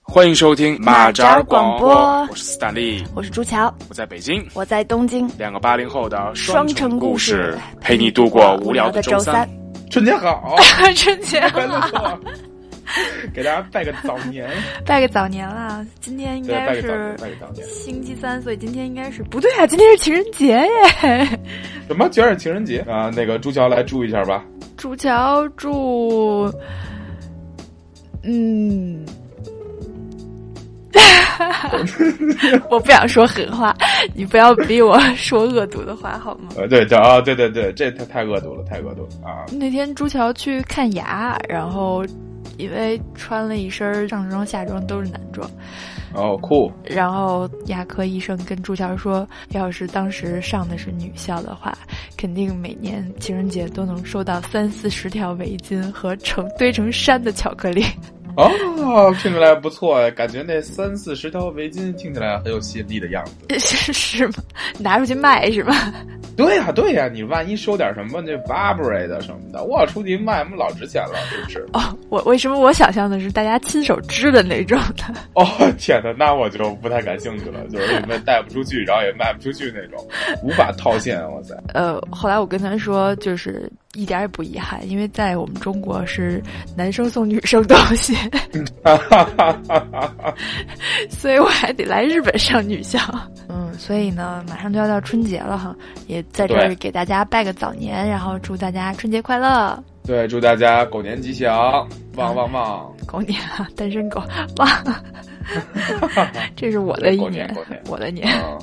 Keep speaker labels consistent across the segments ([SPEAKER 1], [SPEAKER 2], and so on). [SPEAKER 1] 欢迎收听
[SPEAKER 2] 马
[SPEAKER 1] 扎
[SPEAKER 2] 扎广播
[SPEAKER 1] 播，我是斯坦利，
[SPEAKER 2] 我是朱乔，
[SPEAKER 1] 我在北京，
[SPEAKER 2] 我在东京，
[SPEAKER 1] 两个八零后的
[SPEAKER 2] 双城
[SPEAKER 1] 故
[SPEAKER 2] 故事
[SPEAKER 1] 陪你度过无聊
[SPEAKER 2] 的
[SPEAKER 1] 周
[SPEAKER 2] 周三。
[SPEAKER 3] 春节 好，
[SPEAKER 2] 春节
[SPEAKER 3] 快乐，给大家拜个早年，
[SPEAKER 2] 拜个早年啦！今天应
[SPEAKER 3] 对，
[SPEAKER 2] 该
[SPEAKER 3] 拜个早年，
[SPEAKER 2] 是
[SPEAKER 3] 拜个早年。
[SPEAKER 2] 星期三，所以今天应该是不对啊，今天是情人节耶！
[SPEAKER 3] 什么？居然是情人节啊！那个朱乔来祝一下吧。
[SPEAKER 2] 朱乔祝，嗯， 我不想说狠话，你不要逼我说恶毒的话好吗？
[SPEAKER 3] 呃，对，这啊，对对对，这太太恶毒了，太恶毒了啊！
[SPEAKER 2] 那天朱乔去看牙，然后因为穿了一身上装下装都是男装，
[SPEAKER 3] 哦，酷，
[SPEAKER 2] 然后牙科医生跟朱乔说，要是当时上的是女校的话，肯定每年情人节都能收到三四十条围巾和成堆成山的巧克力。
[SPEAKER 3] 哦，听起来不错哎，感觉那三四十条围巾听起来很有吸引力的样子。
[SPEAKER 2] 是是吗？拿出去卖是吗？
[SPEAKER 3] 对呀、对呀、你万一收点什么那 Burberry 的什么的，我出去卖，我们老值钱了，是不是？
[SPEAKER 2] 哦，我为什么我想象的是大家亲手织的那种呢？
[SPEAKER 3] 哦，天哪，那我就不太感兴趣了，就是你们带不出去，然后也卖不出去那种，无法套现，哇塞！
[SPEAKER 2] 呃，后来我跟他说，就是一点儿也不遗憾，因为在我们中国是男生送女生东 西，
[SPEAKER 3] 哈哈哈哈哈！
[SPEAKER 2] 所以我还得来日本上女校。嗯，所以呢，马上就要到春节了哈，也在这儿
[SPEAKER 3] 对
[SPEAKER 2] 给大家拜个早年，然后祝大家春节快乐，
[SPEAKER 3] 对，祝大家狗年吉祥，旺旺旺！
[SPEAKER 2] 狗年啊，单身狗，哇， 这是我的一
[SPEAKER 3] 狗年狗年
[SPEAKER 2] 我的年，
[SPEAKER 3] 啊，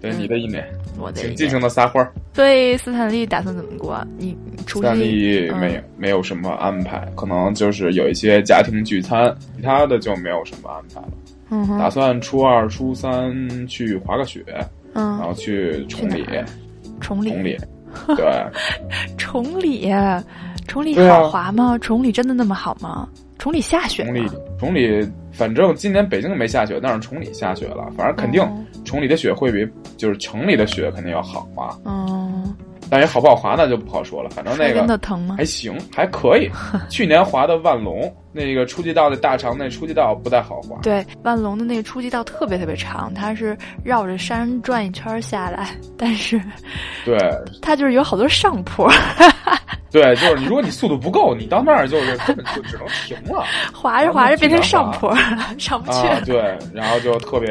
[SPEAKER 3] 对你的一 年，
[SPEAKER 2] 我的一
[SPEAKER 3] 请尽
[SPEAKER 2] 年。
[SPEAKER 3] 情的撒欢儿。
[SPEAKER 2] 所以斯坦利打算怎么过？你除
[SPEAKER 3] 三
[SPEAKER 2] 夕
[SPEAKER 3] 里没
[SPEAKER 2] 嗯
[SPEAKER 3] 有没有什么安排，可能就是有一些家庭聚餐，其他的就没有什么安排了。
[SPEAKER 2] 嗯哼
[SPEAKER 3] 打算初二、初三去滑个雪，然
[SPEAKER 2] 嗯，
[SPEAKER 3] 后去崇礼
[SPEAKER 2] 去，哪儿崇礼
[SPEAKER 3] 崇礼。 对，
[SPEAKER 2] 崇礼，崇礼
[SPEAKER 3] 对啊
[SPEAKER 2] 好滑吗？崇礼真的那么好吗？崇礼下雪啊
[SPEAKER 3] 崇礼
[SPEAKER 2] 吗？，
[SPEAKER 3] 崇礼，反正今年北京没下雪，但是崇礼下雪了。反正肯定
[SPEAKER 2] 哦
[SPEAKER 3] 崇礼的雪会比就是城里的雪肯定要好嘛。
[SPEAKER 2] 嗯，
[SPEAKER 3] 但是好不好滑那就不好说了，反正那
[SPEAKER 2] 摔跟头
[SPEAKER 3] 个
[SPEAKER 2] 疼吗
[SPEAKER 3] 还？行，还可 以。去年滑的万隆，那个初级道那大长那初级道不太好滑。
[SPEAKER 2] 对，万隆的那个初级道特别特别长，它是绕着山转一圈下来，但是
[SPEAKER 3] 对
[SPEAKER 2] 它就是有好多上坡，
[SPEAKER 3] 对，就是你，如果你速度不够，你到那儿就是根本就只能停 了
[SPEAKER 2] 滑着滑着变成上 坡了，上不去
[SPEAKER 3] 啊！
[SPEAKER 2] 了。
[SPEAKER 3] 对，然后就特别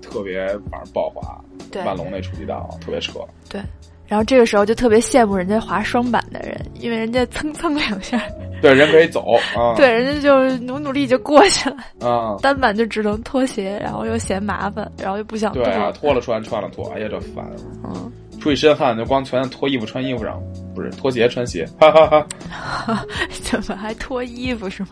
[SPEAKER 3] 特别，反正爆滑。
[SPEAKER 2] 对
[SPEAKER 3] 万隆那初级道特别扯。
[SPEAKER 2] 对，然后这个时候就特别羡慕人家滑双板的人，因为人家蹭蹭两下，
[SPEAKER 3] 对，人可以走啊，
[SPEAKER 2] 对，人家就努努力就过去了。
[SPEAKER 3] 啊，
[SPEAKER 2] 单板就只能脱鞋，然后又嫌麻烦，然后又不想
[SPEAKER 3] 对
[SPEAKER 2] 动。
[SPEAKER 3] 啊，脱了穿，穿了脱，哎呀，这烦！
[SPEAKER 2] 嗯，
[SPEAKER 3] 出一身汗，就光全脱衣服穿衣服上，不是脱鞋穿鞋，哈哈哈
[SPEAKER 2] 怎么还脱衣服是吗？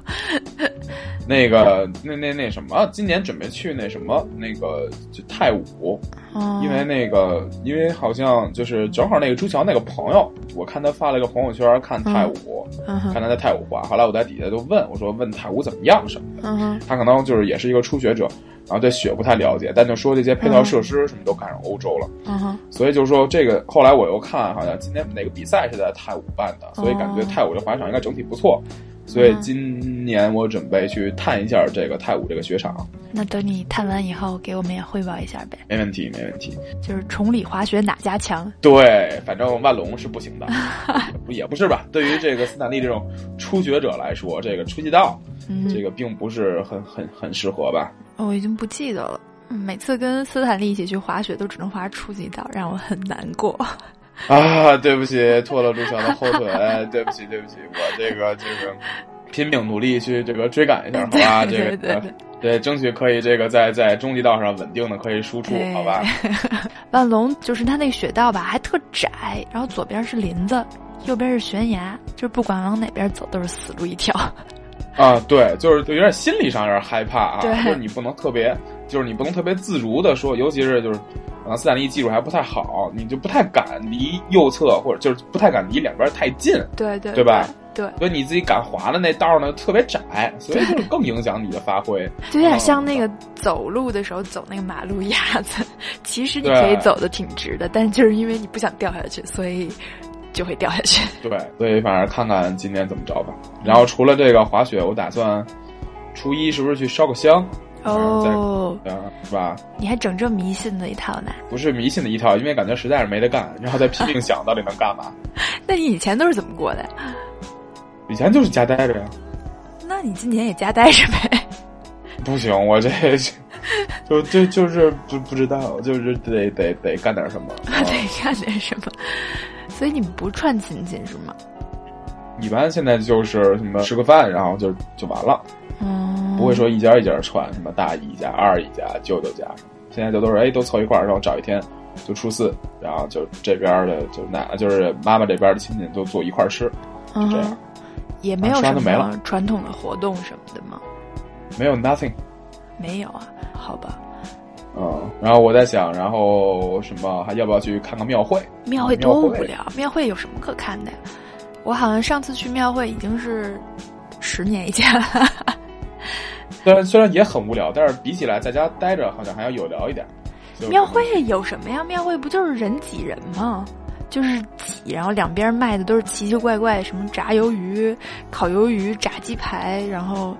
[SPEAKER 3] 那个，那那那什么，啊今年准备去那什么，那个就泰武，
[SPEAKER 2] 哦
[SPEAKER 3] 因为那个，因为好像就是正好那个朱桥那个朋友，我看他发了一个朋友圈，看泰武，
[SPEAKER 2] 嗯
[SPEAKER 3] 看
[SPEAKER 2] 哼
[SPEAKER 3] 他在泰武滑，后来我在底下就问我说问泰武怎么样什么的，
[SPEAKER 2] 嗯哼
[SPEAKER 3] 他可能就是也是一个初学者，然后对雪不太了解，但就说这些配套设施什么都赶上欧洲了。
[SPEAKER 2] 嗯哼，
[SPEAKER 3] 所以就是说，这个后来我又看，好像今年哪个比赛是在泰武办的，所以感觉泰武这滑雪场应该整体不错。所以今年我准备去探一下这个泰武这个雪场，
[SPEAKER 2] 那等你探完以后，给我们也汇报一下呗。
[SPEAKER 3] 没问题，没问题。
[SPEAKER 2] 就是崇礼滑雪哪家强？
[SPEAKER 3] 对，反正万隆是不行的，也不也不是吧？对于这个斯坦利这种初学者来说，这个初级道
[SPEAKER 2] 嗯，哦
[SPEAKER 3] 这个并不是很很很适合吧？
[SPEAKER 2] 我已经不记得了。嗯每次跟斯坦利一起去滑雪，都只能滑初级道，让我很难过。
[SPEAKER 3] 啊，对不起，拖了朱乔的后腿，哎对不起，对不起，我这个这个拼命努力去这个追赶一下，好吧？这
[SPEAKER 2] 对
[SPEAKER 3] 个
[SPEAKER 2] 对对，
[SPEAKER 3] 对，争取可以这个在在中级道上稳定的可以输出，
[SPEAKER 2] 哎
[SPEAKER 3] 好吧？
[SPEAKER 2] 万隆就是它那个雪道吧，还特窄，然后左边是林子，右边是悬崖，就是不管往哪边走都是死路一条。
[SPEAKER 3] 啊，对，就是有点心理上有点害怕啊，
[SPEAKER 2] 对
[SPEAKER 3] 就是你不能特别，就是你不能特别自如的说，尤其是就是。可能斯坦利技术还不太好，你就不太敢离右侧，或者就是不太敢离两边太近，
[SPEAKER 2] 对对
[SPEAKER 3] 对吧？
[SPEAKER 2] 对，
[SPEAKER 3] 所以你自己敢滑的那道呢特别窄，所以就是更影响你的发挥。
[SPEAKER 2] 就有点像那个走路的时候走那个马路牙子， 其实你
[SPEAKER 3] 对
[SPEAKER 2] 可以走的挺直的，但就是因为你不想掉下去，所以就会掉下去。
[SPEAKER 3] 对，所以反正看看今年怎么着吧。然后除了这个滑雪，我打算初一是不是去烧个香？
[SPEAKER 2] 哦，
[SPEAKER 3] 嗯，是吧？
[SPEAKER 2] 你还整这迷信的一套呢？
[SPEAKER 3] 不是迷信的一套，因为感觉实在是没得干，然后再拼命想到底能干嘛。
[SPEAKER 2] 那你以前都是怎么过的？
[SPEAKER 3] 以前就是家待着呀，
[SPEAKER 2] 那你今年也家待着 呗？
[SPEAKER 3] 不行，我这 就这就是不不知道，就是得得得干点什么。啊
[SPEAKER 2] 得干点什么？所以你们不串亲戚是吗？
[SPEAKER 3] 一般现在就是什么吃个饭，然后就就完了，
[SPEAKER 2] 嗯，
[SPEAKER 3] 不会说一家一家串，什么大姨家、二姨家、舅舅家，现在就都是哎都凑一块儿，然后找一天，就初四，然后就这边儿的就奶就是妈妈这边儿的亲戚都坐一块儿吃，
[SPEAKER 2] 嗯
[SPEAKER 3] 这
[SPEAKER 2] 哼
[SPEAKER 3] 样
[SPEAKER 2] 也没有
[SPEAKER 3] 啊吃完
[SPEAKER 2] 什
[SPEAKER 3] 就没
[SPEAKER 2] 么传统的活动什么的吗？
[SPEAKER 3] 没有 nothing。
[SPEAKER 2] 没有啊，好吧。
[SPEAKER 3] 嗯，然后我在想，然后什么还要不要去看看庙会？
[SPEAKER 2] 庙会多
[SPEAKER 3] 庙
[SPEAKER 2] 无
[SPEAKER 3] 会
[SPEAKER 2] 聊，庙会有什么可看的呀？我好像上次去庙会已经是十年以前了。
[SPEAKER 3] 虽然虽然也很无聊，但是比起来在家待着好像还要有聊一点。就
[SPEAKER 2] 庙会有什么呀？庙会不就是人挤人吗？就是挤，然后两边卖的都是奇奇怪怪的，什么炸鱿鱼、烤鱿鱼、炸鸡排，然后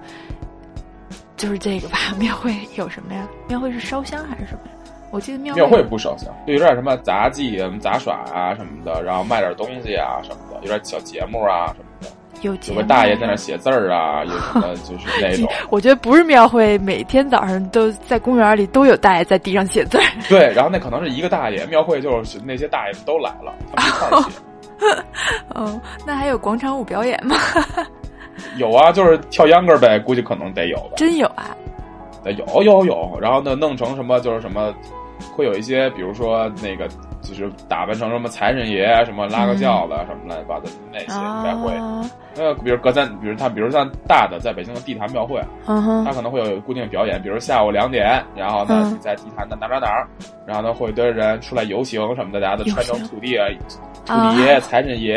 [SPEAKER 2] 就是这个吧。 庙会有什么呀？庙会是烧香还是什么呀？我记得庙
[SPEAKER 3] 庙
[SPEAKER 2] 会
[SPEAKER 3] 会不烧香，就有点什么杂技、什么杂耍啊什么的，然后卖点东西啊什么的，有点小节目啊什么的，
[SPEAKER 2] 有节
[SPEAKER 3] 有
[SPEAKER 2] 目
[SPEAKER 3] 个大爷在那写字儿啊，有什么就是那种。
[SPEAKER 2] 我觉得不是庙会，每天早上都在公园里都有大爷在地上写字儿。
[SPEAKER 3] 对，然后那可能是一个大爷，庙会就是那些大爷们都来了，他们一块儿写。
[SPEAKER 2] 哦，那还有广场舞表演吗？
[SPEAKER 3] 有啊，就是跳秧歌儿呗，估计可能得有吧。
[SPEAKER 2] 真有啊！
[SPEAKER 3] 呃有有有，然后呢，弄成什么就是什么，会有一些，比如说那个，就是打扮成什么财神爷啊，什么拉个轿子啊，什么乱七八糟的那些应该会。
[SPEAKER 2] 啊，
[SPEAKER 3] 呃，比如隔三，比如他，比如像大的在北京的地坛庙会，
[SPEAKER 2] 嗯
[SPEAKER 3] 他
[SPEAKER 2] 哼，
[SPEAKER 3] 可能会有固定的表演，比如下午两点，然后呢
[SPEAKER 2] 嗯
[SPEAKER 3] 你在地坛的哪哪哪儿，然后呢会有一堆人出来游行什么的，大家都
[SPEAKER 2] 游
[SPEAKER 3] 穿成
[SPEAKER 2] 行啊
[SPEAKER 3] 土地 啊。土地爷、财神爷，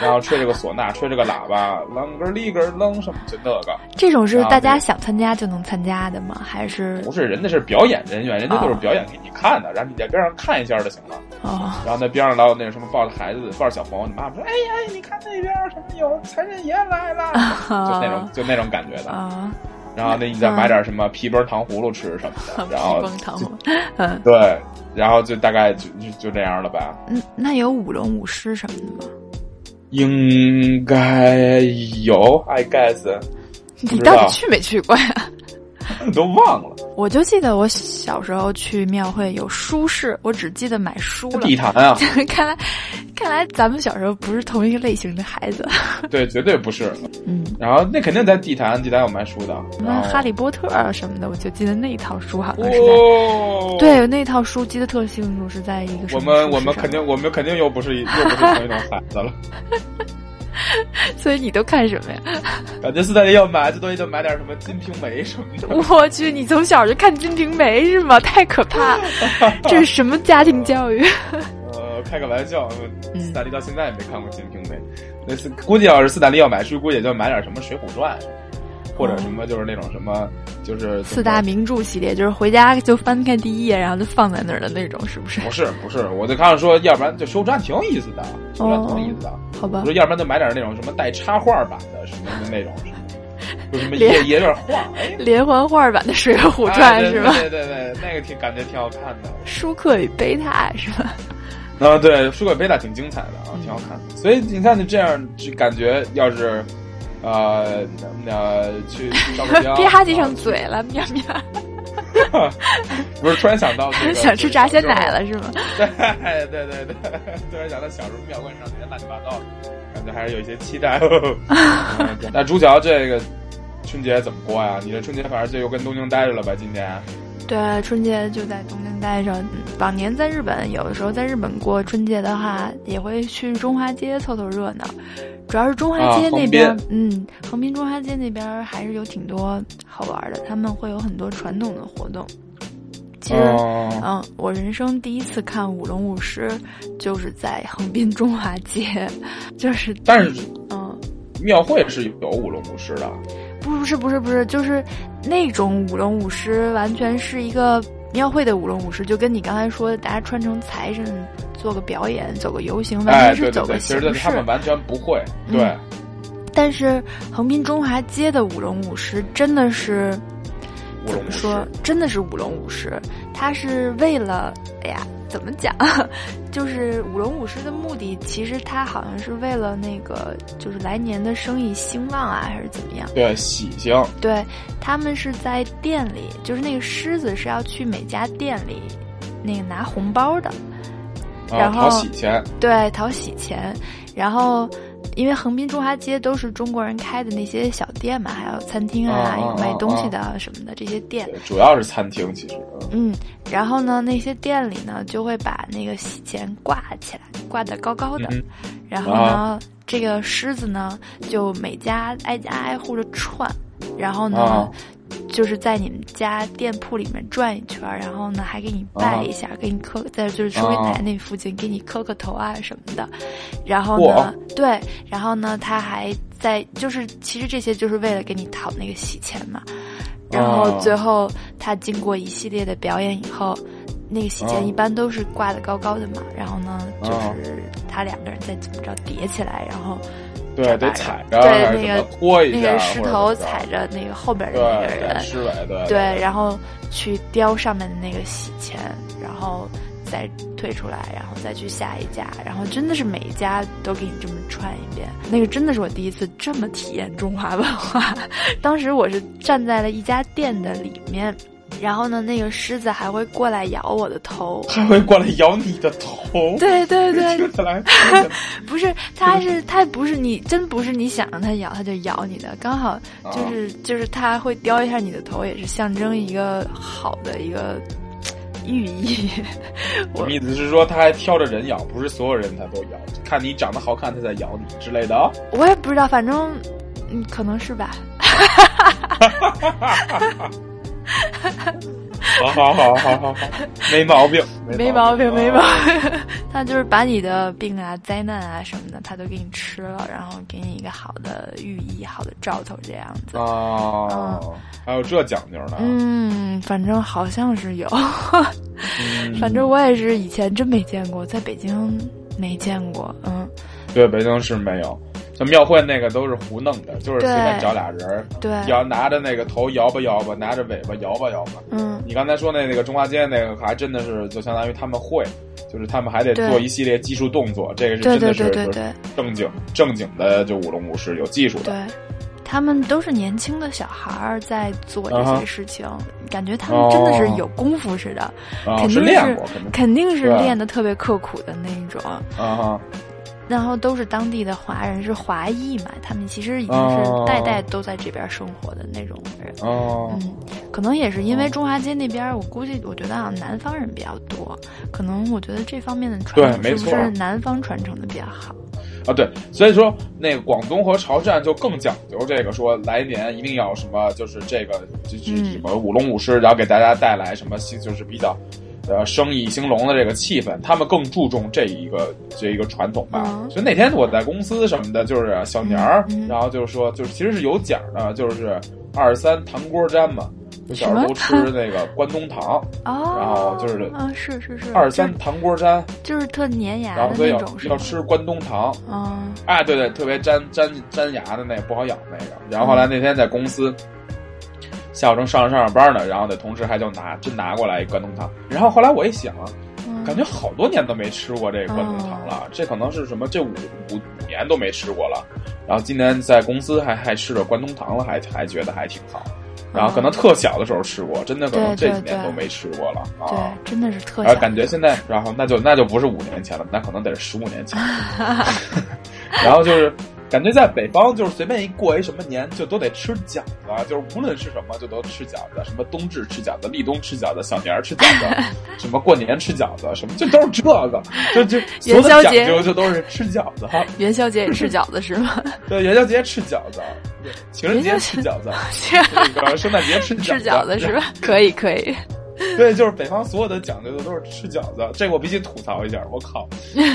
[SPEAKER 3] 然后吹这个唢呐，吹这个喇叭，啷个儿哩个儿啷什么就那个，
[SPEAKER 2] 这种是
[SPEAKER 3] 然后
[SPEAKER 2] 大家
[SPEAKER 3] 就
[SPEAKER 2] 想参加就能参加的吗？还是
[SPEAKER 3] 不是，人家是表演人员，人家
[SPEAKER 2] 啊
[SPEAKER 3] 就是表演给你看的，然后你在边上看一下就行了。
[SPEAKER 2] 哦？
[SPEAKER 3] 然后在边上老有那什么抱着孩子、抱着小朋友，你妈妈说：“哎呀，哎你看那边儿什么有财神爷来了。” 就那 种就那种感觉的。
[SPEAKER 2] 啊，啊
[SPEAKER 3] 然后那你再买点什么皮崩糖葫芦吃什么的，然后
[SPEAKER 2] 光糖
[SPEAKER 3] 就
[SPEAKER 2] 果。嗯
[SPEAKER 3] 对，然后就大概就就就这样了吧。
[SPEAKER 2] 嗯，那有舞龙舞狮什么的吗？
[SPEAKER 3] 应该有，I guess，
[SPEAKER 2] 你
[SPEAKER 3] 知
[SPEAKER 2] 到
[SPEAKER 3] 道
[SPEAKER 2] 底去没去过呀？
[SPEAKER 3] 都忘 了。
[SPEAKER 2] 我就记得我小时候去庙会有书市，我只记得买书了
[SPEAKER 3] 地。坛啊，
[SPEAKER 2] 看来，看来咱们小时候不是同一个类型的孩子。
[SPEAKER 3] 对，绝对不是。
[SPEAKER 2] 嗯，
[SPEAKER 3] 然后那肯定在地坛，地坛有卖书的。
[SPEAKER 2] 那
[SPEAKER 3] 然后
[SPEAKER 2] 嗯《哈利波特》啊什么的，我就记得那一套书好像是在
[SPEAKER 3] 哦，
[SPEAKER 2] 对，那套书记得特清楚，是在一个什
[SPEAKER 3] 我
[SPEAKER 2] 么
[SPEAKER 3] 们
[SPEAKER 2] 书啊
[SPEAKER 3] 我们
[SPEAKER 2] 市
[SPEAKER 3] 肯
[SPEAKER 2] 上，
[SPEAKER 3] 定我们肯定又不是一又不是同一种孩子了，
[SPEAKER 2] 所以你都看什么呀？
[SPEAKER 3] 感觉斯坦利要买最多也就买点什么《金瓶梅》什么的。
[SPEAKER 2] 我去，你从小就看《金瓶梅》是吗？太可 怕了，这是什么家庭教育？
[SPEAKER 3] 呃，开个玩笑，呃
[SPEAKER 2] 嗯
[SPEAKER 3] 斯坦利到现在也没看过《金瓶梅》，那是估计要是斯坦利要买书，估计也就买点什么《水浒传》，或者什么就是那种什么就是
[SPEAKER 2] 四大。名著系列就是回家就翻开第一页，然后就放在那儿的那种，是不是
[SPEAKER 3] 不？是不是，我就看着说，要不然就《水浒传》挺有意思的，《水浒传》挺有意思的。
[SPEAKER 2] 好吧
[SPEAKER 3] 我说，，要不然就买点那种什么带插画版的什么的那种，就什么一
[SPEAKER 2] 连
[SPEAKER 3] 页一页点画。哎，
[SPEAKER 2] 连环画版的《水浒传
[SPEAKER 3] 哎》对
[SPEAKER 2] 是吧？
[SPEAKER 3] 对对对，那个挺感觉挺好看的。
[SPEAKER 2] 舒克与贝塔是吧？
[SPEAKER 3] 啊，对，舒克贝塔挺精彩的啊，
[SPEAKER 2] 嗯
[SPEAKER 3] 挺好看的。所以你看，你这样就感觉要是，呃，呃，去照 个相，啊
[SPEAKER 2] 吧唧上嘴了，喵喵，
[SPEAKER 3] 不是突然想到这个
[SPEAKER 2] 想吃炸鲜奶，了是吗？
[SPEAKER 3] 对对对对，突然想到小时候庙会上那些乱七八糟的，感觉还是有一些期待。 嗯对那朱桥这个春节怎么过呀？你这春节反正就又跟东京待着了吧？今天
[SPEAKER 2] 对，春节就在东京待着。嗯往年在日本，有的时候在日本过春节的话，也会去中华街凑凑热闹。主要是中华
[SPEAKER 3] 啊
[SPEAKER 2] 街那
[SPEAKER 3] 横
[SPEAKER 2] 边，
[SPEAKER 3] 滨
[SPEAKER 2] 嗯，横滨中华街那边还是有挺多好玩的，他们会有很多传统的活动。其实，
[SPEAKER 3] 嗯，
[SPEAKER 2] 嗯，我人生第一次看舞龙舞狮，就是在横滨中华街， 就是，
[SPEAKER 3] 但是
[SPEAKER 2] 嗯，
[SPEAKER 3] 庙会是有舞龙舞狮的，
[SPEAKER 2] 不是不是不是，就是那种舞龙舞狮，完全是一个庙会的舞龙舞狮，就跟你刚才说的，大家穿成财神做个表演，走个游行，完
[SPEAKER 3] 哎，对
[SPEAKER 2] 全是
[SPEAKER 3] 对
[SPEAKER 2] 走
[SPEAKER 3] 对，
[SPEAKER 2] 个
[SPEAKER 3] 其
[SPEAKER 2] 形
[SPEAKER 3] 实就是
[SPEAKER 2] 式。
[SPEAKER 3] 他们完全不会，
[SPEAKER 2] 嗯
[SPEAKER 3] 对。
[SPEAKER 2] 但是横滨中华街的舞龙舞狮真的是
[SPEAKER 3] 舞
[SPEAKER 2] 怎
[SPEAKER 3] 龙
[SPEAKER 2] 么
[SPEAKER 3] 舞狮
[SPEAKER 2] 说，真的是舞龙舞狮。他是为了，哎呀，怎么讲？ 就是舞龙舞狮的目的，其实他好像是为了那个，就是来年的生意兴旺啊，还是怎么样？
[SPEAKER 3] 对喜庆，啊
[SPEAKER 2] 对，他们是在店里，就是那个狮子是要去每家店里那个拿红包的，
[SPEAKER 3] 啊，
[SPEAKER 2] 然后
[SPEAKER 3] 讨喜钱，
[SPEAKER 2] 对，讨喜钱。然后，因为横滨中华街都是中国人开的那些小店嘛，还有餐厅啊，
[SPEAKER 3] 啊
[SPEAKER 2] 有卖
[SPEAKER 3] 啊
[SPEAKER 2] 东西的啊什么的这些店。
[SPEAKER 3] 对主要是餐厅，其实，嗯
[SPEAKER 2] 嗯，然后呢，那些店里呢就会把那个喜钱挂起来，挂得高高的。
[SPEAKER 3] 嗯啊
[SPEAKER 2] 然后呢，这个狮子呢就每家挨家挨户的串，然后呢。
[SPEAKER 3] 啊
[SPEAKER 2] 就是在你们家店铺里面转一圈儿，然后呢还给你拜一下，给你磕在就是收银
[SPEAKER 3] 啊
[SPEAKER 2] 台那附近给你磕个头啊什么的，然后呢对，然后呢他还在就是其实这些就是为了给你讨那个喜钱嘛，
[SPEAKER 3] 啊
[SPEAKER 2] 然后
[SPEAKER 3] 哦
[SPEAKER 2] 最后他经过一系列的表演以后。那个喜钱
[SPEAKER 3] 哦
[SPEAKER 2] 一般都是挂的高高的嘛，然后呢，就
[SPEAKER 3] 哦
[SPEAKER 2] 是他两个人再怎么着叠起来，然后
[SPEAKER 3] 对，得踩着，
[SPEAKER 2] 对
[SPEAKER 3] 还是怎
[SPEAKER 2] 那个
[SPEAKER 3] 么拖一
[SPEAKER 2] 那
[SPEAKER 3] 下，啊
[SPEAKER 2] 个石头
[SPEAKER 3] 或者怎么着
[SPEAKER 2] 踩着那个后边的
[SPEAKER 3] 对
[SPEAKER 2] 那个人
[SPEAKER 3] 对，，狮尾，对
[SPEAKER 2] 对，然后去雕上面的那个喜钱，然后再退出来，然后再去下一家，然后真的是每一家都给你这么串一遍。那个真的是我第一次这么体验中华文化。 当时我是站在了一家店的里面，然后呢，那个狮子还会过来咬我的头。
[SPEAKER 3] 还会过来咬你的头，
[SPEAKER 2] 对对 对，
[SPEAKER 3] 听起来 听起来
[SPEAKER 2] 不是，它是它不是你，真不是你想让它咬它就咬你的，刚好就是、就是它会叼一下你的头，也是象征一个好的一个嘖寓意。
[SPEAKER 3] 我们意思是说，他还挑着人咬，不是所有人他都咬，看你长得好看，他才咬你之类的啊。
[SPEAKER 2] 我也不知道，反正嗯，可能是吧。
[SPEAKER 3] 好好好好好好，没毛病，
[SPEAKER 2] 没毛病，啊没毛
[SPEAKER 3] 病。
[SPEAKER 2] 病。 他就是把你的病啊、灾难啊什么的，他都给你吃了，然后给你一个好的寓意、好的兆头，这样子。
[SPEAKER 3] 啊，还有这讲究呢。
[SPEAKER 2] 嗯，反正好像是有。
[SPEAKER 3] 嗯
[SPEAKER 2] 反正我也是以前真没见过，在北京没见过，嗯，
[SPEAKER 3] 对北京是没有，像庙会那个都是胡弄的，就是随便找俩人儿，
[SPEAKER 2] 对，
[SPEAKER 3] 摇拿着那个头摇吧摇吧，拿着尾巴摇吧摇吧。
[SPEAKER 2] 嗯，
[SPEAKER 3] 你刚才说那那个中华街那个，还真的是就相当于他们会，就是他们还得
[SPEAKER 2] 对
[SPEAKER 3] 做一系列技术动作，这个是
[SPEAKER 2] 对
[SPEAKER 3] 真
[SPEAKER 2] 对
[SPEAKER 3] 的是
[SPEAKER 2] 对对
[SPEAKER 3] 就是
[SPEAKER 2] 对
[SPEAKER 3] 正经正经的就舞龙舞狮有技术的。
[SPEAKER 2] 对，他们都是年轻的小孩儿在做这
[SPEAKER 3] 啊哈
[SPEAKER 2] 些事情，感觉他们真的是
[SPEAKER 3] 哦
[SPEAKER 2] 有功夫似的，
[SPEAKER 3] 啊，
[SPEAKER 2] 肯
[SPEAKER 3] 是
[SPEAKER 2] 定
[SPEAKER 3] 练
[SPEAKER 2] 是
[SPEAKER 3] 过，肯定
[SPEAKER 2] 肯定是
[SPEAKER 3] 对
[SPEAKER 2] 练得特别刻苦的那一种。
[SPEAKER 3] 啊哈。
[SPEAKER 2] 然后都是当地的华人，是华裔嘛，他们其实已经
[SPEAKER 3] 哦
[SPEAKER 2] 是代代都在这边生活的那种人。
[SPEAKER 3] 哦，
[SPEAKER 2] 嗯，可能也是因为
[SPEAKER 3] 哦
[SPEAKER 2] 中华街那边儿，我估计我觉得好像南方人比较多，可能我觉得这方面的
[SPEAKER 3] 对
[SPEAKER 2] 传承
[SPEAKER 3] 没
[SPEAKER 2] 是不
[SPEAKER 3] 错
[SPEAKER 2] 是南方传承的比较好？
[SPEAKER 3] 啊，对，所以说那个广东和潮汕就更讲究这个，说来年一定要什么，就是这个就是
[SPEAKER 2] 嗯
[SPEAKER 3] 什么舞龙舞狮，然后给大家带来什么新，就是比较。呃，生意兴隆的这个气氛，他们更注重这一个这一个传统吧。
[SPEAKER 2] 嗯
[SPEAKER 3] 所以那天我在公司什么的，就是啊小年儿，
[SPEAKER 2] 嗯嗯
[SPEAKER 3] 然后就是说，就是其实是有奖的，就是二三糖锅粘嘛，就小时候都吃那个关东糖，
[SPEAKER 2] 哦，
[SPEAKER 3] 然后就是
[SPEAKER 2] 啊，是是是，
[SPEAKER 3] 二三糖锅粘，
[SPEAKER 2] 就是就是特粘牙
[SPEAKER 3] 然
[SPEAKER 2] 的
[SPEAKER 3] 后所以
[SPEAKER 2] 那
[SPEAKER 3] 要
[SPEAKER 2] 种，是
[SPEAKER 3] 要
[SPEAKER 2] 吗？
[SPEAKER 3] 吃关东糖，
[SPEAKER 2] 嗯
[SPEAKER 3] 啊，对对，特别粘粘粘牙的那个不好咬那个。然后后
[SPEAKER 2] 嗯
[SPEAKER 3] 来那天在公司，下午正上着上着班呢，然后那同事还就拿真拿过来一关东糖。然后后来我一想，
[SPEAKER 2] 嗯，
[SPEAKER 3] 感觉好多年都没吃过这个关东糖了，这可能是什么这五五五年都没吃过了。然后今年在公司还还吃着关东糖了，还还觉得还挺好。然后可能特小的时候吃过，真的可能这
[SPEAKER 2] 嗯对对
[SPEAKER 3] 几年
[SPEAKER 2] 对
[SPEAKER 3] 都没吃过了
[SPEAKER 2] 对
[SPEAKER 3] 啊。，
[SPEAKER 2] 真的是特
[SPEAKER 3] 然
[SPEAKER 2] 小
[SPEAKER 3] 后，感觉现在，然后那就那就不是五年前了，那可能得是十五年前。 然后就是感觉在北方，就是随便一过一什么年，就都得吃饺子，啊就是无论是什么就都吃饺子，什么冬至吃饺子，立冬吃饺子，小年儿吃饺子， 什么过年吃饺子，什么就都是这个，就就所有
[SPEAKER 2] 元宵
[SPEAKER 3] 的讲
[SPEAKER 2] 节
[SPEAKER 3] 究就都是吃饺子。
[SPEAKER 2] 元宵节也吃饺子是吗？
[SPEAKER 3] 对，元宵节吃饺子，对情人节
[SPEAKER 2] 元
[SPEAKER 3] 吃
[SPEAKER 2] 宵
[SPEAKER 3] 饺子，
[SPEAKER 2] 吃
[SPEAKER 3] 那个圣诞节吃饺子，
[SPEAKER 2] 饺子是吧？可以可以，
[SPEAKER 3] 对，就是北方所有的讲究的都是吃饺子，这个我必须吐槽一下。我靠，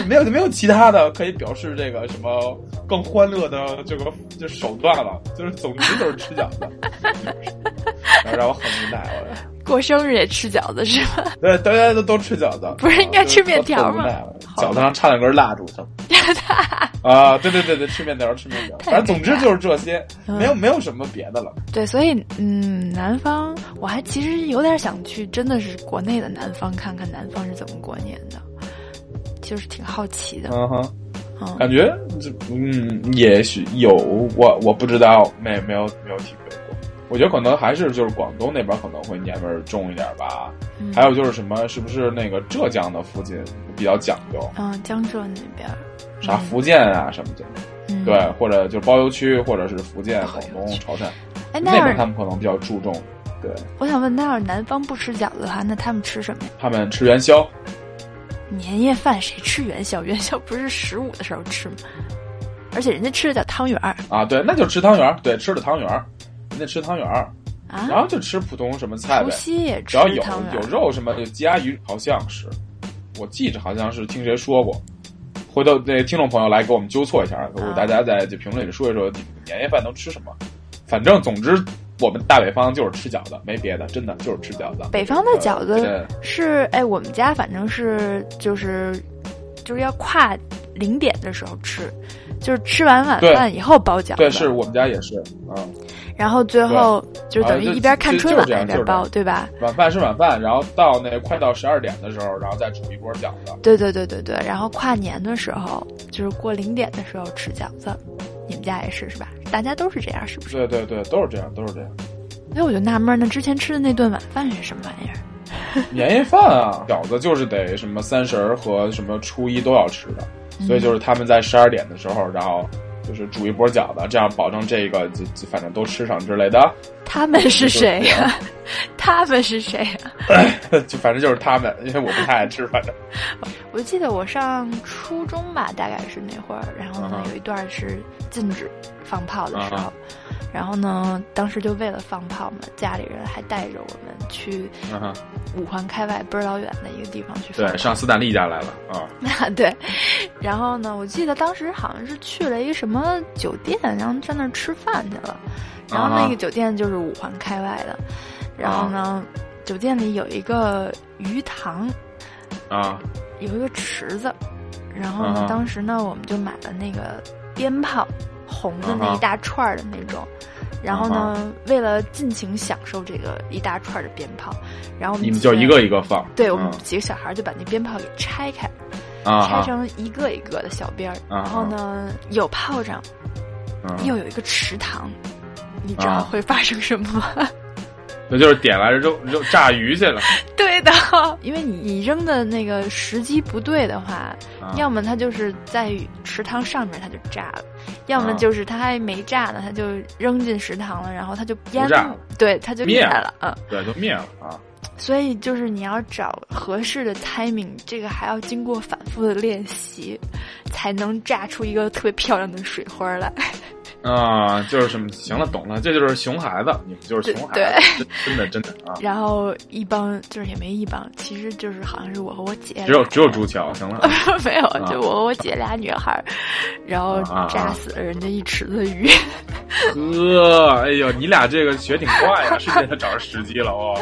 [SPEAKER 3] 没有没有其他的可以表示这个什么更欢乐的这个就手段了，就是总之就是吃饺子。然后让我很无奈，我
[SPEAKER 2] 过生日也吃饺子是吧？
[SPEAKER 3] 对，大家都都吃饺子，
[SPEAKER 2] 不是应该吃面条吗
[SPEAKER 3] 吗？饺子上插两根蜡烛， 他们啊，对对对对，吃面条吃面条，
[SPEAKER 2] 太
[SPEAKER 3] 反正总之就是这些，
[SPEAKER 2] 嗯
[SPEAKER 3] 没有没有什么别的了。
[SPEAKER 2] 对，所以嗯，南方我还其实有点想去，真的是国内的南方看看南方是怎么过年的，就是挺好奇的。
[SPEAKER 3] 嗯哼，
[SPEAKER 2] 嗯，
[SPEAKER 3] 感觉这嗯，也许有我我不知道，没没有没有体会过。我觉得可能还是就是广东那边可能会年味儿重一点吧，
[SPEAKER 2] 嗯
[SPEAKER 3] 还有就是什么是不是那个浙江的附近比较讲究，
[SPEAKER 2] 嗯，江浙那边儿，
[SPEAKER 3] 啥福建啊什么的，
[SPEAKER 2] 嗯、
[SPEAKER 3] 对，或者就是包邮区或者是福建、
[SPEAKER 2] 包
[SPEAKER 3] 广
[SPEAKER 2] 邮
[SPEAKER 3] 东、
[SPEAKER 2] 区
[SPEAKER 3] 潮汕
[SPEAKER 2] 哎，那
[SPEAKER 3] 那
[SPEAKER 2] 要
[SPEAKER 3] 边他
[SPEAKER 2] 是
[SPEAKER 3] 们可能比较注重，对
[SPEAKER 2] 我想问，那要是南方不吃饺子的话，那他们吃什么呀？
[SPEAKER 3] 他们吃元宵，
[SPEAKER 2] 年夜饭谁吃元宵？元宵不是十五的时候吃吗？而且人家吃的叫汤圆儿
[SPEAKER 3] 啊，对，那就吃汤圆儿，对，吃的汤圆儿，人家吃汤圆儿，
[SPEAKER 2] 啊，
[SPEAKER 3] 然后就吃普通什么菜
[SPEAKER 2] 除
[SPEAKER 3] 呗，
[SPEAKER 2] 夕也
[SPEAKER 3] 只
[SPEAKER 2] 吃
[SPEAKER 3] 要有
[SPEAKER 2] 汤圆
[SPEAKER 3] 有
[SPEAKER 2] 儿。
[SPEAKER 3] 肉什么有鸡鸭鱼，好像是，我记着好像是听谁说过，回头那听众朋友来给我们纠错一下啊，给我
[SPEAKER 2] 啊
[SPEAKER 3] 大家在这评论里说一说你们年夜饭都吃什么，反正总之我们大北方就是吃饺子，没别的，真的就是吃饺子。
[SPEAKER 2] 北方的饺子
[SPEAKER 3] 呃对
[SPEAKER 2] 是哎，我们家反正是就是就是要跨零点的时候吃，就是吃完晚饭以后包饺子，
[SPEAKER 3] 对，是我们家也是，嗯，
[SPEAKER 2] 然后最后就等于
[SPEAKER 3] 啊就
[SPEAKER 2] 一边看春
[SPEAKER 3] 就就
[SPEAKER 2] 晚
[SPEAKER 3] 这样
[SPEAKER 2] 一边包，对吧？
[SPEAKER 3] 晚饭是晚饭，然后到那快到十二点的时候，然后再煮一波饺子。
[SPEAKER 2] 对对对对对，然后跨年的时候就是过零点的时候吃饺子，你们家也是是吧？大家都是这样是不是？
[SPEAKER 3] 对对对，都是这样，都是这样。
[SPEAKER 2] 哎，我就纳闷儿，那之前吃的那顿晚饭是什么玩意儿？
[SPEAKER 3] 年夜饭啊，饺子就是得什么三十儿和什么初一都要吃的，所以就是他们在十二点的时候，然后就是煮一波饺子，这样保证这个就就反正都吃上之类的，
[SPEAKER 2] 他们是谁呀、他们是谁呀、
[SPEAKER 3] 就反正就是他们，因为我不太爱 吃，反正
[SPEAKER 2] 我记得我上初中吧，大概是那会儿，然后呢
[SPEAKER 3] 嗯，哼
[SPEAKER 2] 有一段是禁止放炮的时
[SPEAKER 3] 嗯
[SPEAKER 2] 候，然后呢，当时就为了放炮嘛，家里人还带着我们去五环开外倍儿老远的一个地方去放炮。
[SPEAKER 3] 上斯坦利家来了啊，
[SPEAKER 2] 那对，然后呢，我记得当时好像是去了一什么酒店，然后上那儿吃饭去了，然后
[SPEAKER 3] 啊
[SPEAKER 2] 那
[SPEAKER 3] 哈啊
[SPEAKER 2] 个酒店就是五环开外的，然后呢，酒店里有一个鱼塘，
[SPEAKER 3] 啊
[SPEAKER 2] 有一个池子，然后
[SPEAKER 3] 啊
[SPEAKER 2] 呢，
[SPEAKER 3] 哈
[SPEAKER 2] 当时呢，我们就买了那个鞭炮，红的
[SPEAKER 3] 啊
[SPEAKER 2] 那
[SPEAKER 3] 哈
[SPEAKER 2] 一大串儿的那种。然后
[SPEAKER 3] 啊
[SPEAKER 2] 呢，为了尽情享受这个一大串儿的鞭炮，然后我们
[SPEAKER 3] 你们
[SPEAKER 2] 几
[SPEAKER 3] 就一
[SPEAKER 2] 人
[SPEAKER 3] 个一个放，
[SPEAKER 2] 对我们
[SPEAKER 3] 嗯
[SPEAKER 2] 几个小孩儿就把那鞭炮给拆开，拆
[SPEAKER 3] 啊哈
[SPEAKER 2] 成一个一个的小鞭儿。
[SPEAKER 3] 啊哈
[SPEAKER 2] 然后呢，有炮仗，
[SPEAKER 3] 嗯
[SPEAKER 2] 又有一个池塘，你知
[SPEAKER 3] 啊
[SPEAKER 2] 道会发生什么 吗？
[SPEAKER 3] 嗯那就是点来扔扔炸鱼去了，
[SPEAKER 2] 对的， 因为你你扔的那个时机不对的话，
[SPEAKER 3] 啊
[SPEAKER 2] 要么它就是在池塘上面它就炸了，要么
[SPEAKER 3] 啊
[SPEAKER 2] 就是它还没炸呢，它就扔进食堂了，然后它就淹
[SPEAKER 3] 不炸了
[SPEAKER 2] 对，它就
[SPEAKER 3] 灭
[SPEAKER 2] 灭
[SPEAKER 3] 了
[SPEAKER 2] 了，嗯。
[SPEAKER 3] 对，就灭了啊。
[SPEAKER 2] 所以就是你要找合适的 timing，这个还要经过反复的练习，才能炸出一个特别漂亮的水花来。
[SPEAKER 3] 啊，就是什么，行了，懂了，这就是熊孩子，你们就是熊孩子，真的真的啊，
[SPEAKER 2] 然后一帮就是也没一帮，其实就是好像是我和我姐俩，
[SPEAKER 3] 只有只有朱啊桥，行了，
[SPEAKER 2] 没有，就我和我姐俩女孩儿，然后
[SPEAKER 3] 啊啊啊
[SPEAKER 2] 炸死了人家一池子鱼。
[SPEAKER 3] 哥，哎呦，你俩这个学挺快呀，是现在找着时机了 哦，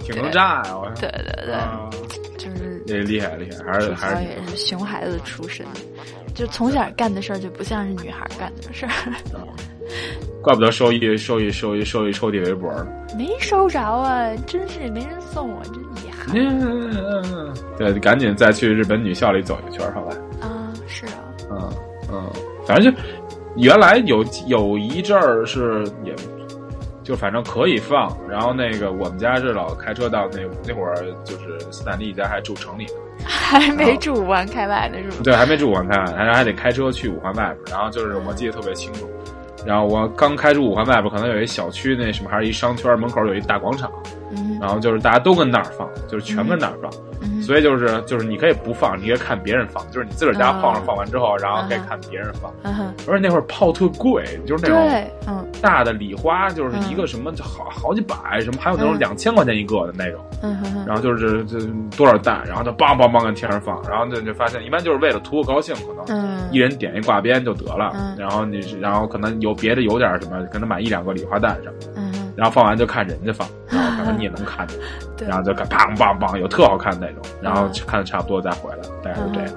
[SPEAKER 3] 挺能炸呀，我
[SPEAKER 2] 对对对，
[SPEAKER 3] 啊，
[SPEAKER 2] 就是
[SPEAKER 3] 这厉害厉害，还是
[SPEAKER 2] 主
[SPEAKER 3] 还
[SPEAKER 2] 要
[SPEAKER 3] 是
[SPEAKER 2] 也是熊孩子出身，就从小干的事儿就不像是女孩儿干的事儿，
[SPEAKER 3] 怪不得收益收益收益收益抽屉围脖呢，
[SPEAKER 2] 没收着啊，真是没人送我，真遗憾
[SPEAKER 3] 对，赶紧再去日本女校里走一圈，好吧，
[SPEAKER 2] 啊！是啊，
[SPEAKER 3] 嗯嗯，反正就原来有有一阵儿是也，就反正可以放。然后那个我们家是老开车到那那会儿，就是斯坦利家还住城里呢，
[SPEAKER 2] 还没住五万开外呢，是吗？
[SPEAKER 3] 对，还没住五环看，然后还得开车去五环外边儿。然后就是我记得特别清楚，然后我刚开出五环外边儿，可能有一小区那什么，还是一商圈门口有一大广场，
[SPEAKER 2] 嗯
[SPEAKER 3] 然后就是大家都跟那儿放，就是全跟那儿放。
[SPEAKER 2] 嗯，
[SPEAKER 3] 所以就是就是你可以不放，你可以看别人放，就是你自个儿家放着
[SPEAKER 2] 啊
[SPEAKER 3] 放完之后，然后可以
[SPEAKER 2] 啊
[SPEAKER 3] 看别人放。
[SPEAKER 2] 嗯哼，
[SPEAKER 3] 而且那会儿炮特贵，就是那种
[SPEAKER 2] 对，嗯
[SPEAKER 3] 大的礼花，就是一个
[SPEAKER 2] 嗯
[SPEAKER 3] 什么就好好几百，什么还有那种
[SPEAKER 2] 嗯
[SPEAKER 3] 两千块钱一个的那种，
[SPEAKER 2] 嗯哼哼，
[SPEAKER 3] 然后就是这多少弹，然后就梆梆梆跟天上放，然后就就发现一般就是为了图个高兴，可能
[SPEAKER 2] 嗯，
[SPEAKER 3] 一人点一挂鞭就得了，
[SPEAKER 2] 嗯
[SPEAKER 3] 然后你是然后可能有别的有点什么，可能买一两个礼花弹什么的，
[SPEAKER 2] 嗯哼
[SPEAKER 3] 然后放完就看人家放， 然后反正你也能看见，
[SPEAKER 2] 对
[SPEAKER 3] 然后就看砰砰砰，有特好看的那种，然后
[SPEAKER 2] 嗯
[SPEAKER 3] 就看的差不多再回来，大概就这样。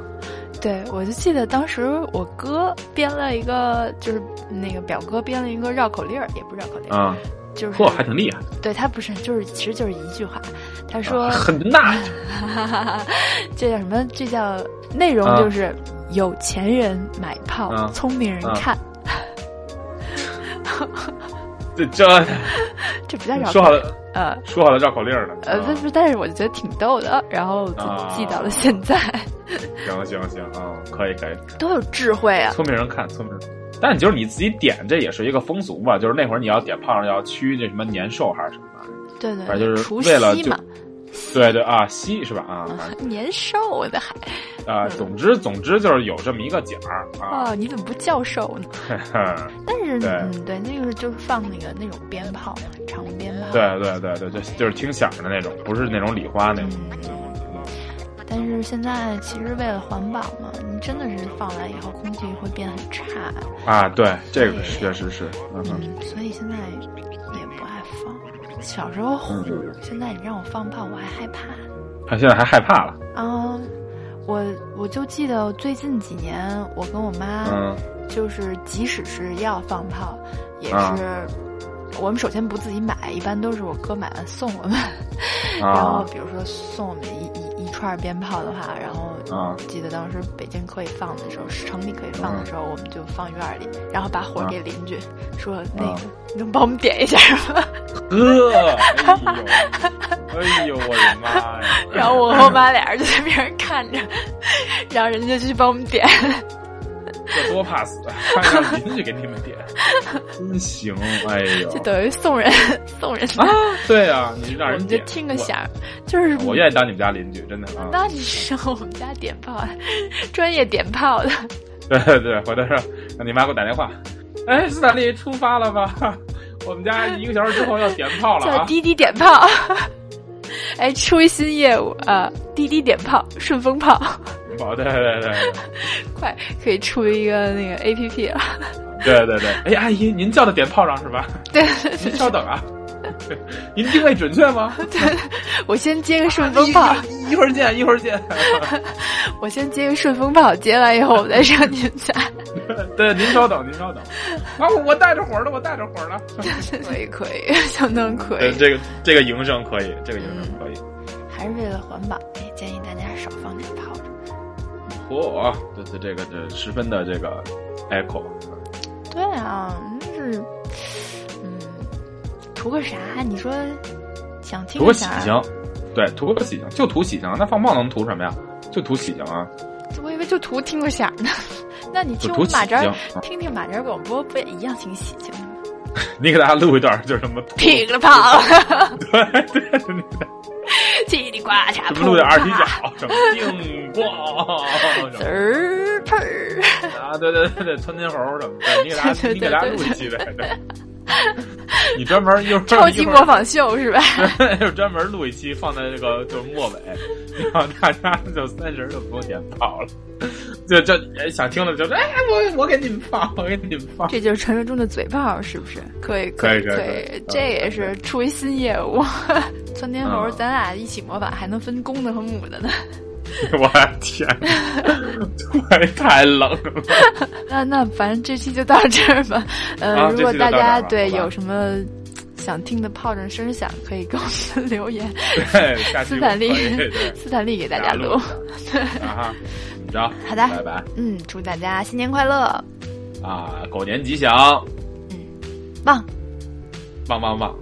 [SPEAKER 2] 对，我就记得当时我哥编了一个，就是那个表哥编了一个绕口令儿，也不是绕口令儿，
[SPEAKER 3] 啊，
[SPEAKER 2] 就是
[SPEAKER 3] 嚯，还挺厉害，
[SPEAKER 2] 对他不是，就是其实就是一句话，他说、
[SPEAKER 3] 啊很那
[SPEAKER 2] 哈哈
[SPEAKER 3] 啊
[SPEAKER 2] 哈，这叫什么？这叫内容就是、有钱人买炮，
[SPEAKER 3] 啊
[SPEAKER 2] 聪明人看，
[SPEAKER 3] 这这
[SPEAKER 2] 这不叫绕
[SPEAKER 3] 说
[SPEAKER 2] 口
[SPEAKER 3] 好
[SPEAKER 2] 令。
[SPEAKER 3] 了
[SPEAKER 2] 呃
[SPEAKER 3] 说好了绕口令呢。
[SPEAKER 2] 呃，
[SPEAKER 3] 啊
[SPEAKER 2] 不是，但是我就觉得挺逗的，然后就
[SPEAKER 3] 啊
[SPEAKER 2] 记到了现在，
[SPEAKER 3] 行行行啊，可以可以，
[SPEAKER 2] 多有智慧啊！
[SPEAKER 3] 聪明人看聪明人。但你就是你自己点，这也是一个风俗嘛，就是那会儿你要点胖要驱这什么年兽还是什么玩意儿，
[SPEAKER 2] 对对
[SPEAKER 3] 反正
[SPEAKER 2] 对，
[SPEAKER 3] 就是
[SPEAKER 2] 除
[SPEAKER 3] 为了
[SPEAKER 2] 夕
[SPEAKER 3] 就
[SPEAKER 2] 嘛，
[SPEAKER 3] 对对啊，西是吧啊，反正
[SPEAKER 2] 年兽的还
[SPEAKER 3] 啊，总之总之就是有这么一个奖儿啊，
[SPEAKER 2] 哦，你怎么不叫兽呢？但是
[SPEAKER 3] 对
[SPEAKER 2] 嗯，对，那个是就是放那个那种鞭炮嘛，长鞭炮。
[SPEAKER 3] 对对对对，就就是听响儿的那种，不是那种礼花那种。
[SPEAKER 2] 嗯但是现在其实为了环保嘛，你真的是放完以后空气会变很差，
[SPEAKER 3] 啊，对，这个是确实是，嗯哼，
[SPEAKER 2] 嗯，所以现在也不爱放。小时候
[SPEAKER 3] 嗯
[SPEAKER 2] 虎， 现在你让我放炮，我还害怕。
[SPEAKER 3] 他现在还害怕了，
[SPEAKER 2] 啊、我我就记得最近几年，我跟我妈
[SPEAKER 3] 嗯
[SPEAKER 2] 就是，即使是要放炮，也
[SPEAKER 3] 啊
[SPEAKER 2] 是我们首先不自己买，一般都是我哥买完送我们。然后
[SPEAKER 3] 啊
[SPEAKER 2] 比如说送我们一一一串鞭炮的话，然后
[SPEAKER 3] 啊
[SPEAKER 2] 记得当时北京可以放的时候，城里可以放的时候，我们就放院儿里，然后把火给邻居，说那个、
[SPEAKER 3] 啊
[SPEAKER 2] 能帮我们点一下 吗？
[SPEAKER 3] 呵，哎呦，哎呦，我的妈呀！
[SPEAKER 2] 然后我和我妈俩人就在边上看着， 然后人家就去帮我们点。
[SPEAKER 3] 这多怕死，啊看让邻居给你们 点，真行，哎呦
[SPEAKER 2] 就，等于送人 送人的，
[SPEAKER 3] 啊，对啊，你
[SPEAKER 2] 我
[SPEAKER 3] 让人
[SPEAKER 2] 们就
[SPEAKER 3] 点
[SPEAKER 2] 听个响，儿，就是
[SPEAKER 3] 我，我愿意当你们家邻居，真的啊。
[SPEAKER 2] 那你是我们家点炮，专业点炮的，
[SPEAKER 3] 对对 对，回头让让你妈给我打电话。哎，斯坦利出发了吧？我们家一个小时之后要点炮了
[SPEAKER 2] 叫
[SPEAKER 3] 啊！
[SPEAKER 2] 滴滴点炮。 哎，出一新业务啊、滴滴点炮、顺风炮，
[SPEAKER 3] 哦，对对对对
[SPEAKER 2] 快可以出一个那个 A P 啊 P
[SPEAKER 3] 对
[SPEAKER 2] 了。
[SPEAKER 3] 对对。哎，阿姨，您叫的点炮仗是吧？
[SPEAKER 2] 对，
[SPEAKER 3] 您稍等啊。您定位准确吗？
[SPEAKER 2] 我先接个顺风炮，
[SPEAKER 3] 啊一一会儿见，一会儿见。
[SPEAKER 2] 我先接个顺风炮，接完以后我再上你们家。
[SPEAKER 3] 对，您稍等，您稍等。啊，我我带着火呢，我带着火呢。
[SPEAKER 2] 可以可以，相当可以。
[SPEAKER 3] 这个这个营生可以，这个营生可以。
[SPEAKER 2] 还是为了环保，哎，建议大家少放点炮仗。
[SPEAKER 3] 嚯，这这这个这十分的这个 echo。
[SPEAKER 2] 对啊，就是，嗯，图个啥？你说想听
[SPEAKER 3] 图个喜
[SPEAKER 2] 啥？
[SPEAKER 3] 庆，对，图个喜庆，就图喜庆。那放炮能图什么呀？就图喜庆啊，
[SPEAKER 2] 我以为就图听个响呢。 那你
[SPEAKER 3] 就
[SPEAKER 2] 听我
[SPEAKER 3] 图
[SPEAKER 2] 们
[SPEAKER 3] 喜
[SPEAKER 2] 马
[SPEAKER 3] 庆
[SPEAKER 2] 哲儿，
[SPEAKER 3] 啊。
[SPEAKER 2] 听听马哲儿广播，不也一样挺喜庆的吗？
[SPEAKER 3] 你给大家录一段，就是什么图，
[SPEAKER 2] 噼里啪啦，
[SPEAKER 3] 对对，对你
[SPEAKER 2] 叽里呱
[SPEAKER 3] 什
[SPEAKER 2] 嚓，
[SPEAKER 3] 么录点二踢
[SPEAKER 2] 啪
[SPEAKER 3] 脚，什么叮咣，
[SPEAKER 2] 滋
[SPEAKER 3] 什
[SPEAKER 2] 儿喷儿。
[SPEAKER 3] 么啊，对对对对，窜天猴什么的，你给大家
[SPEAKER 2] 对对对
[SPEAKER 3] 你给大家录一期呗。对你专门一会儿
[SPEAKER 2] 超级
[SPEAKER 3] 一会
[SPEAKER 2] 模
[SPEAKER 3] 儿
[SPEAKER 2] 仿秀是吧？
[SPEAKER 3] 就 专门录一期放在这个就是末尾，然后大家就三十就不用点炮了，就就想听的就哎我我给你们放，我给你们放。
[SPEAKER 2] 这就是传说中的嘴炮，是不是？可以，
[SPEAKER 3] 可以
[SPEAKER 2] 以，
[SPEAKER 3] 可以嗯
[SPEAKER 2] 可
[SPEAKER 3] 可以
[SPEAKER 2] 这也是出一新业务。 窜天猴，
[SPEAKER 3] 嗯
[SPEAKER 2] 咱俩一起模仿，还能分公的和母的呢。
[SPEAKER 3] 我的天，太太冷了。
[SPEAKER 2] 那那反正这期就到这儿吧。呃，
[SPEAKER 3] 啊
[SPEAKER 2] 如果
[SPEAKER 3] 这期就到这
[SPEAKER 2] 大家
[SPEAKER 3] 儿吧
[SPEAKER 2] 对
[SPEAKER 3] 好吧
[SPEAKER 2] 有什么想听的炮仗声响，可以给我们留言，
[SPEAKER 3] 对，哎下 期
[SPEAKER 2] 斯坦利
[SPEAKER 3] 我可以对
[SPEAKER 2] 斯坦利给大家录。
[SPEAKER 3] 啊哈，怎么着？
[SPEAKER 2] 好的
[SPEAKER 3] 拜拜
[SPEAKER 2] 嗯，祝大家新年快乐，
[SPEAKER 3] 啊！狗年吉祥，
[SPEAKER 2] 棒
[SPEAKER 3] 棒棒棒！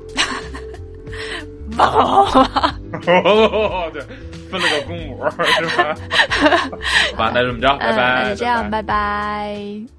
[SPEAKER 2] 棒！
[SPEAKER 3] 哦， 对，分了个 公母是吧？好吧，那这么着，拜
[SPEAKER 2] 嗯，那
[SPEAKER 3] 拜，
[SPEAKER 2] 就这样，
[SPEAKER 3] 拜拜
[SPEAKER 2] 拜拜